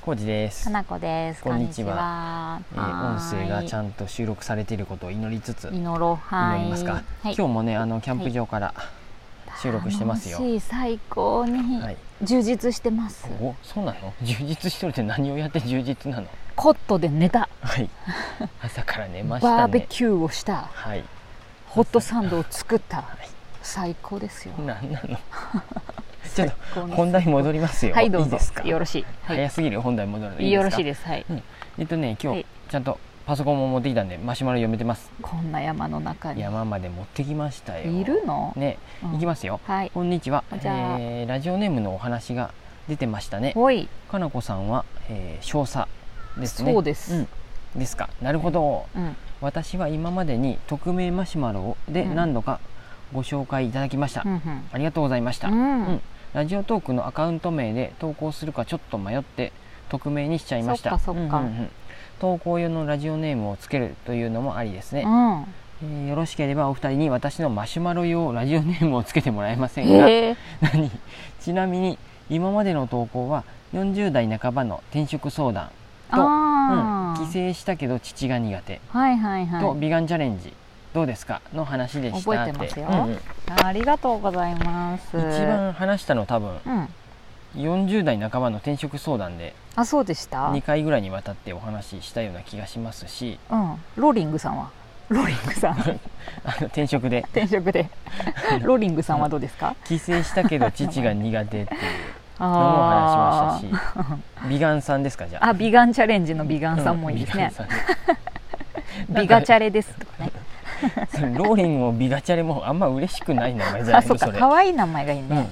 コージですか。なこです。こんにちはえー音声がちゃんんと収録されていることを祈りつつ、祈祈ろう。はい。りますか。はい、今日もね、あのキャンプ場から収録してますよ。楽しい最高にはい。充実してます。お、そうなの？充実しとるって何をやって充実 なの？コットで寝た。はい。朝から寝ましたバーベね。キューをした。はい。ホットサンドを作ったい。最高ですよ。なんな の？ちょっ最高とに本題戻りますよ。はいどうぞ。いですか？よろしい。はい。早すぎる本題戻るの。よろしいすです。はい。か。えっとね、今は日いちゃんとパソコンも持ってきたんでマシュマロ読めてます。こんな山の中に山まで持ってきましたよ。いるの？ね、うんいきますよ。はい。こんにちは、こんにちはえーラジオネームのお話が出てましたね。おい。かなこさんは、えー少佐ですね。そうですんですか。なるほど。うん。私は今までに匿名マシュマロでうん何度かご紹介いただきました。うんありがとうございました、うん。うん。ラジオトークのアカウント名で投稿するかちょっと迷って匿名にしちゃいました。そっかそっかうんうんうん投稿用のラジオネームをつけるというのもありですね、うん。えーよろしければお二人に私のマシュマロ用ラジオネームをつけてもらえませんか、ええ。何 ちなみに今までの投稿は40代半ばの転職相談と、あうんあ。帰省したけど父が苦手はいはいはい。と、ビガンチャレンジどうですかの話でした覚えてますようんうんありがとうございます。一番話したの多分うん。 40代半ばの転職相談であ、そうでした。う2ん。回ぐらいにわたってお話ししたような気がしますしローリングさんは。ローリングさ ん。あの転職で転職で。ローリングさんはどうですか。帰省したけど父が苦手っていうあのもあ話しましたし美顔さんですかじゃああ、ビガンチャレンジのビガンさんもいいですね。ビ ガチャレですとかね。それローリンもビガチャレもあんま嬉しくない名前じゃあ、ないそのっそか、れ。可愛い名前がいいうね。ん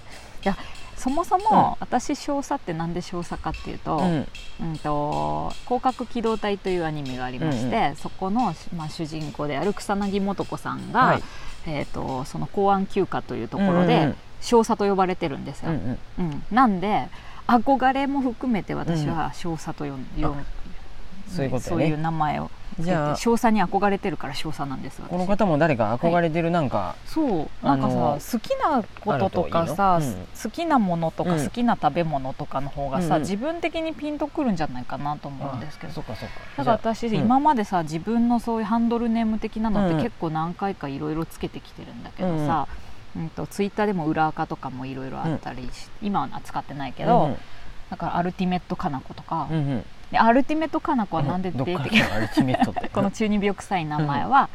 そもそも、私少佐ってなんで少佐かっていうとう、んうんと、広角機動隊というアニメがありまして、そこの、まあ、主人公である草薙素子さんが。はいえっ、と、その公安休暇というところで。うんうん少佐と呼ばれてるんですうよ、んううんんなんで憧れも含めて私は少佐と呼ん呼んそういうことそういうね。名前をじゃあ少佐に憧れてるから少佐なんです私この方も誰か憧れてるなんかそうなんかさ、あの好きなこととかさあるといいの好きなものとか、うん好きな食べ物とかの方がさ、うん自分的にピンとくるんじゃないかなと思うんですけど、そっかそっか。だから私、じゃあうん今までさ自分のそういうハンドルネーム的なのっうんて結構何回かいろいろつけてきてるんだけどさ、うんとツイッターでも裏垢とかもいろいろあったりし、今は使ってないけど、だからアルティメットかな子とか、うんうんうんうんでアルティメットかな子はなんでど出っからて来きたたのアルティメットって。 この中二病臭い名前は、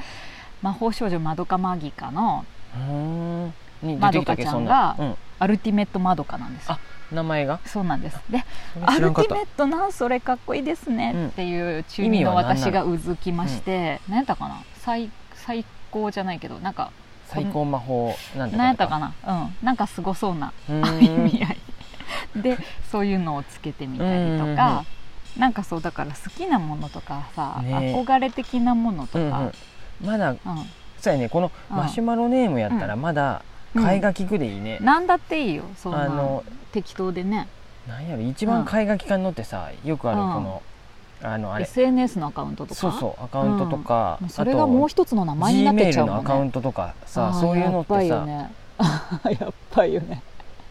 魔法少女マドカマギカのうーんに出てきたっけまどかちゃそんんなが。うんアルティメットマドカなんですよあ名前がそうなんですでそれア知ルらんかテっィたメットなんそれかっこいいですうんねっていう中二の私がうずきまして、なん、何やったかな最最高じゃないけどなんか最高魔法なん何やっただ かなうんなんかすごそうなう意ーん味合いでそういうのをつけてみたりうんうんうとんか、なんかそうだから好きなものとかさ、ね憧れ的なものとうんうかん、まだうんそうやねこのマシュマロネームやったらまだうん替えがきくでいいね。なんだっていいよそんあなの適当でねなんやろ一番買いがきかんのってさよくあるうんこの、あのあれ SNS のアカウントとかそうそうアカウントとか、もうそれがもう一一つの名前になってちゃうも Gmail んのアねカウントとかさあーそういうのってさ、やっぱりよね やっぱりよね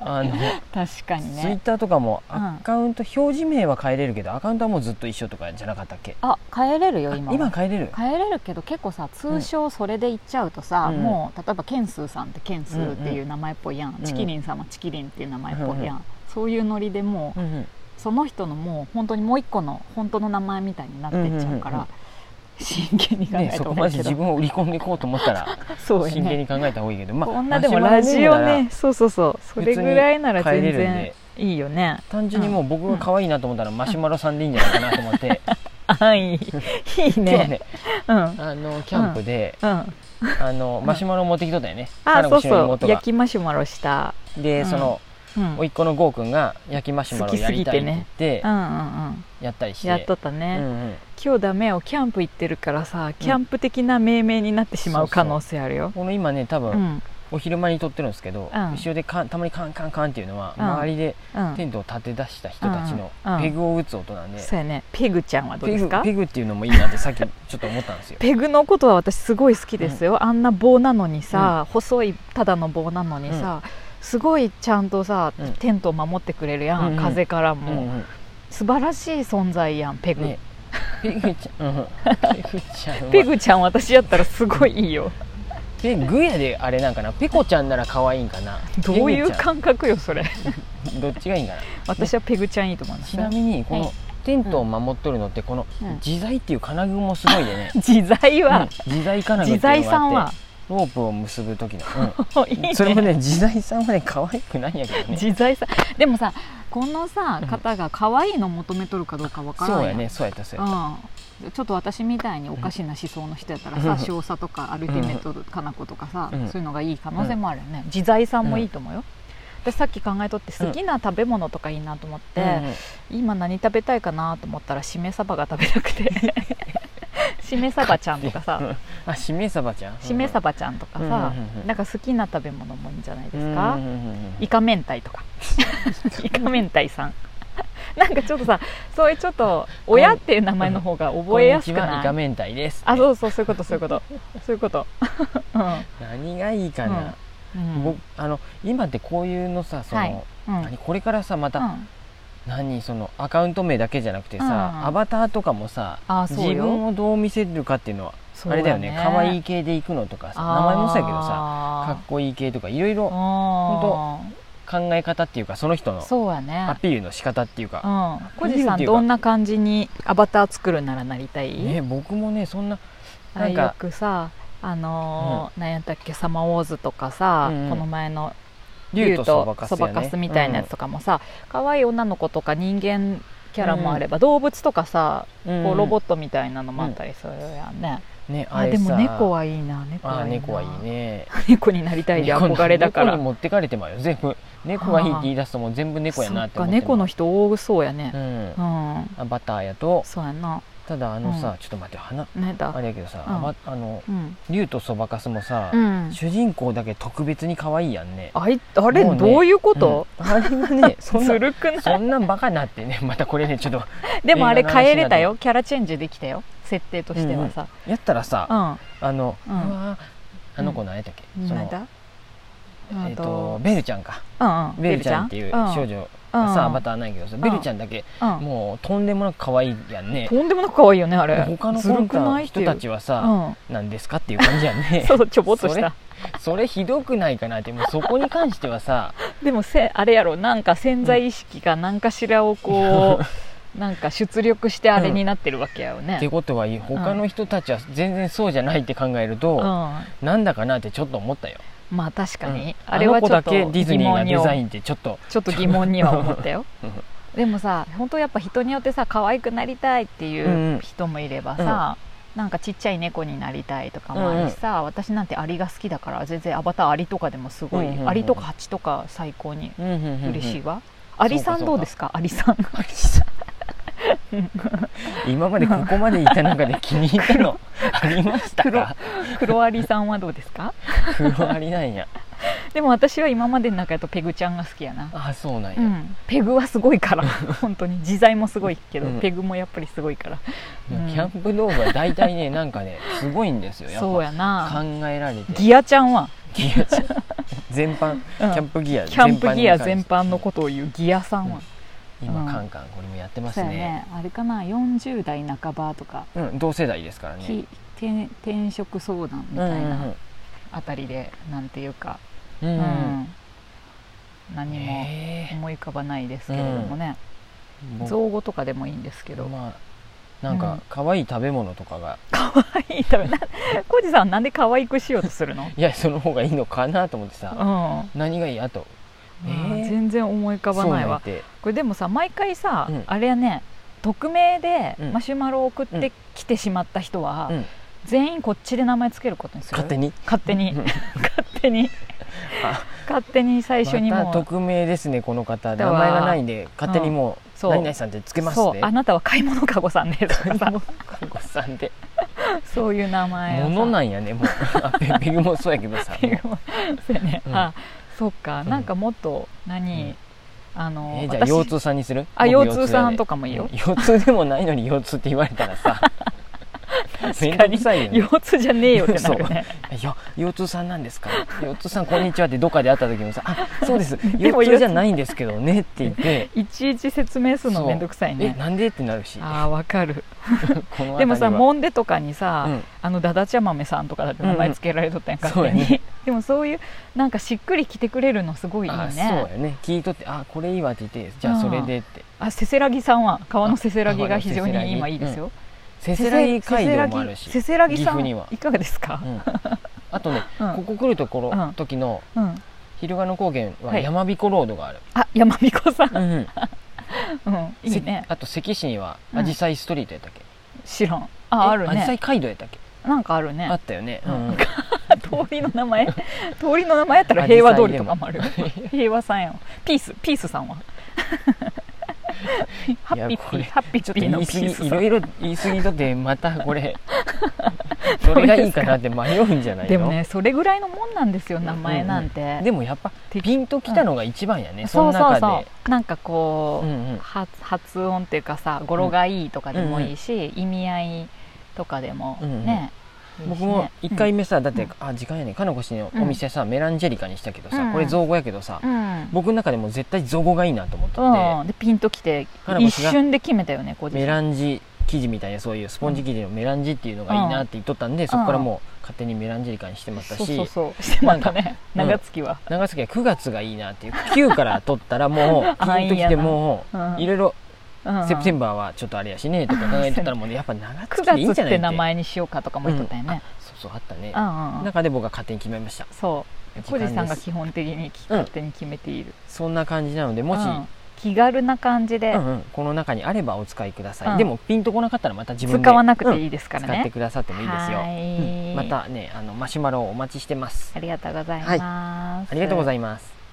あの確かにツイッねターとかもうんアカウント、表示名は変えれるけどアカウントはもうずっと一緒とかじゃなかったっけあ変えれるよあ今今は変えれる変えれるけど結構さ通称それで言っちゃうとさ、うんもう例えばケンスーさんってケンスーっていう名前っぽいやん、んうんチキリンさんはチキリンっていう名前っぽいやん、そういうノリでもううんうんその人のもう本当にもう一個の本当の名前みたいになってっちゃうから、うんうんうん真剣に考えね、たそこ方まがいでいけ自ど、分を売り込んでいこうと思ったら そうや真剣ねに考えた方がいいけど、まあ、こんなでもマラシュジマオロネームなねらそうそうそうそれぐらいなら全変えれるん然でいいよね単純にもう僕が可愛いなと思ったらマシュマロさんでいいんじゃないかなと思って、安易いい今日は ねねうんあのキャンプで、うんあのマシュマロ持ってきとったよね、あ花そ子う白のそう妹が焼きマシュマロした、で、うんそのうん、甥っ子のゴーくんが焼きマシュマロをやりたいって言ってうんうんうんやったりしてやっとったうね、んうん今日ダメよキャンプ行ってるからさキャンプ的な命名になってしまう可能性あるよ、この今ね多う分んお昼間に撮ってるんですけど、うん後ろでカンたまにカンカンカンっていうのはうん周りでうんテントを立て出した人たちのうんうんペグを打つ音なんで、そうやねペグちゃんはどうでペすグかペ。ペグっていうのもいいなってさっきちょっと思ったんですよグのことは私すごい好きですよ、あんな棒なのにさ、細いただの棒なのにさ、すごいちゃんとさ、うんテントを守ってくれるやん、うんうん風からうんも、うん素晴らしい存在やんペグ、ねペグちゃん、うん、ペグちゃんはペグちゃん私やったらすごいいいよペグやであれなんかなペコちゃんなら可愛いんかなどういうペグちゃ感覚よそれんどっちがいいんかな私はペグちゃんいいと思いますちなみにこはのいテントを守っとるのってこのうん自在っていう金具もすごい でね、自在うんは、自在金具っていうのがあっ自て在さんはロープを結ぶ時 の、いいうんねそれもね自在さんはね可愛くないんやけどね自在さでもさこのさうん方が可愛いの求めとるかどうかわからそんうややんねそうやったそうやっうん、ちょっと私みたいにおかしな思想の人やったらうんさ少佐とかアルティメットかな子とかさ、うん、そういうのがいい可能性もあるよね、自在さんもいいと思うよ、私さっき考えとって好きな食べ物とかいいなと思ったて、うんうん今何食べたいかなと思ったらしめ鯖が食べたく てしめ鯖ちゃんとかさうんあしめさばちゃんしめ鯖ちゃんとかさ、うんうんうんなんか好きな食べ物もいいんじゃないでですか、イカ明太とかイカ明太さん なんかちょっとさそういうちょっと親っていう名前の方が覚えやすくこんにちはイなカい明太ですあそうそうそういうことそういうことそういうこと、 う何がいいかな、んうん僕あの今ってこういうのさその、はいうん何これからさまた、うん何そのアカウント名だけじゃなくてさ、うんうんアバターとかもさあそうよ自分をどう見せるかっていうのはそうあれだよね可愛い系でいくのとかさ名前もそうやけどさかさっこいい系とかいろいろほ考え方っていうかその人のそうやねアピールの仕方っていうか、うんこ小れ路さってんいうかどんな感じにアバター作るならなりたい、ね、僕もねそんなあなんかよくさあのーなんやったっけ「サマーウォーズ」とかさ、うんうんこの前の竜竜ととそばかすそばやねかすみたいなやつとかもさ可愛い女の子とか人間キャラもあれば、動物とかさうんこうロボットみたいなのもあったりするやんね、ねあでも猫ははいいな猫あはいいな猫はいいね猫になりたいで猫の憧れだか猫らに持ってかれてまうよ全部猫がいいって言い出すともう全部猫やなってそっ思かって猫の人、人多そうやうねんう、ん、アバターやとそうやなただあのさ、うちょっと待って花ねあだれやけどさ、うんアバあのうん、竜とそばかすもさ、うん、主人公だけ特別に可愛いやんねあいあれもうねどういうこと、うんあれが ねそんなずるくないそんなんバカなってね またこれねちょっと でもあ映れ画の話になる変えれたよキャラチェンジできたよ設定としてはさ、やったらさ、うんあの、ううんわーあの子何やったっけ、そのなんだえっ、とベルちゃんかうんうんベルちゃんっていう少女がさ、アバターないけどさ、ベルちゃんだけー、うんもうとんでもなく可愛いやんね、とんでもなく可愛いよねあれ他のずるくコなンいタ人っていうたちはうさ、ん、なんですかっていう感じやんね そうそうちょぼっとしそれたそれひどくないかなってもうそこに関してはさでもせあれやろなんか潜在意識が何かしらをこうなんか出力してあれになってるわけやよ ってね、ことは他の人たちは全然そうじゃないって考えると、うん、なんだかなってちょっと思ったよ、まあ確かに、うんあれはちょっとあの子だけディズ疑ニーが問にデ思ザうインってちょっとちょっと疑問には思ったよ うんでもさ本当やっぱ人によってさ可愛くなりたいってんいううん人もいればさ、なんかちっちゃい猫になりたいとかもあるしさ、私なんてアリが好きだから全然アバターアリとかでもすごい、うんうんうんアリとかハチとか最高に嬉しいわ、んアリさんどうですかアリさん今までここまで行った中で気に入ったの ありましたか黒アリさんはどうで すか黒ありなんやでも私は今までの中だとペグちゃんが好きやな、あそうなんや、うん、ペグはすごいから本当に自在もすごいけど、うんペグもやっぱりすごいからいやうんキャンプ道具は大体ねなんかねすごいんですよやっぱそうやな考えられてギアちゃんは、ギアじゃん全般キうんャンプギアキャンプギア全に関般のことを言うギアさんは、して今カンカンこれもやってますそうやねねあれかな40代半ばとか、うん同世代ですからねき転転職相談みたいなあたりで、なんていうか、うんうんうんうんうんうん何もえ思い浮かばないですけれどもね、ー僕造語とかでもいいんですけど、まあなんうかん可愛い食べ物とかが可愛い食べなコジさんなんで可愛くしようとする の、いやその方がいいのかなと思ってさうん何がいいあとえー全然思い浮かばないわそうなんてこれでもさ毎回さ、うんあれやね匿名でうんマシュマロを送ってきてしまった人は、うん全員こっちで名前つけることにする勝手に勝手にうん 勝手にあ勝手に最初にまもたう、匿名ですねこの方だ名わ前がないんで勝手にもうそう何々さんってつけますそうねあなたは買い物かごさんねとかさ看護師さんでそういう名前をさ物なんやね もうあペペグもそうやけどさってもういうそうやね、うんあそっか、うんなんかもっとう何、んあの、えーじゃあ私腰痛さんにするあ僕腰痛さんでとかもいいようん腰痛でもないのに腰痛って言われたらさめんどくさいよ ね腰痛じゃねえよってなるねよ腰痛さんなんですか 腰痛さんこんにちはってどっかで会った時もさ「あそうです でも腰痛じゃないんですけどね」って言 っていちいち説明するのめんどくさいえねなんでってなるしあーわかるこの辺りはでもさもんでとかにさ、うんあのダダチャマメさんとかだって名前つけられとったやんか、うんうん勝手にそうや でもそういうなんかしっくりきてくれるのすごいいいあそうねやね聞いとって「あこれいいわ」って言って「じゃあそれで」ってあせせらぎさんは川のせせらぎが非常に今いいですよ、せせらぎ街道もあるしせせらぎせせら岐阜ぎさにはんいかがですか、うん あとねうんここ来るとこうろん時のうん昼賀野高原ははい山彦ロードがあるあ山彦さん、うんうん、いいせねあと関市にはうんアジサイストリートやったっけ知らんああるアジサイね街道やったっけなんかあるあねったよねううんんうん通りの名前通りの名前やったら平和通りとかもあるアジサイで平和さんやんピースピースさんはハッピーこピーれハッピーちょっとピー言のいピ過ーぎスいさろん いろ言い過ぎとってまたこれどれがいいかなって迷うんじゃないのでもねそれぐらいのもんなんですよ名前なんて、でもやっぱピンときたのが一番やね、そのそうそう中そでうなんかこう、うんうん発発音っていうかさ語呂がいいとかでもいいし、意味合いとかでもね、いい僕しねも1回うん目さだってうんあ時間やねかのこしのお店さメランジェリカにしたけどさこれ造語やけどさうん僕の中でも絶対造語がいいなと思ってうん、でピンときて彼も一違う瞬で決めたよねこメランジ生地みたいなそういうスポンジ生地のメランジっていうのがいいなって言っとったんでそこからもう勝手にメランジェリカにしてましたそうそうしそうしてまったねなんか長月は、長崎は9月がいいなっていう9から取ったらもう安ピン易ときやなても ううんいろいろうんセプテンバーはちょっとあれやしねとか考えてたらもうねやっぱ長9月でいいん月じゃっないて名前にしようかとかも言っとったよね、そうそうあったねうんうんうん中で僕が勝手に決めましたそう時間小で路すさんが基本的に勝手に決めている、そんな感じなのでもし、うん気軽な感じでうんうんこの中にあればお使いください、うんでもピンとこなかったらまた自分で使わなくていいいですから使ってね、くださってもいいですよ、はーいうんまたねあのマシュマロをお待ちしてますありがとうございはいます、ありがとうございます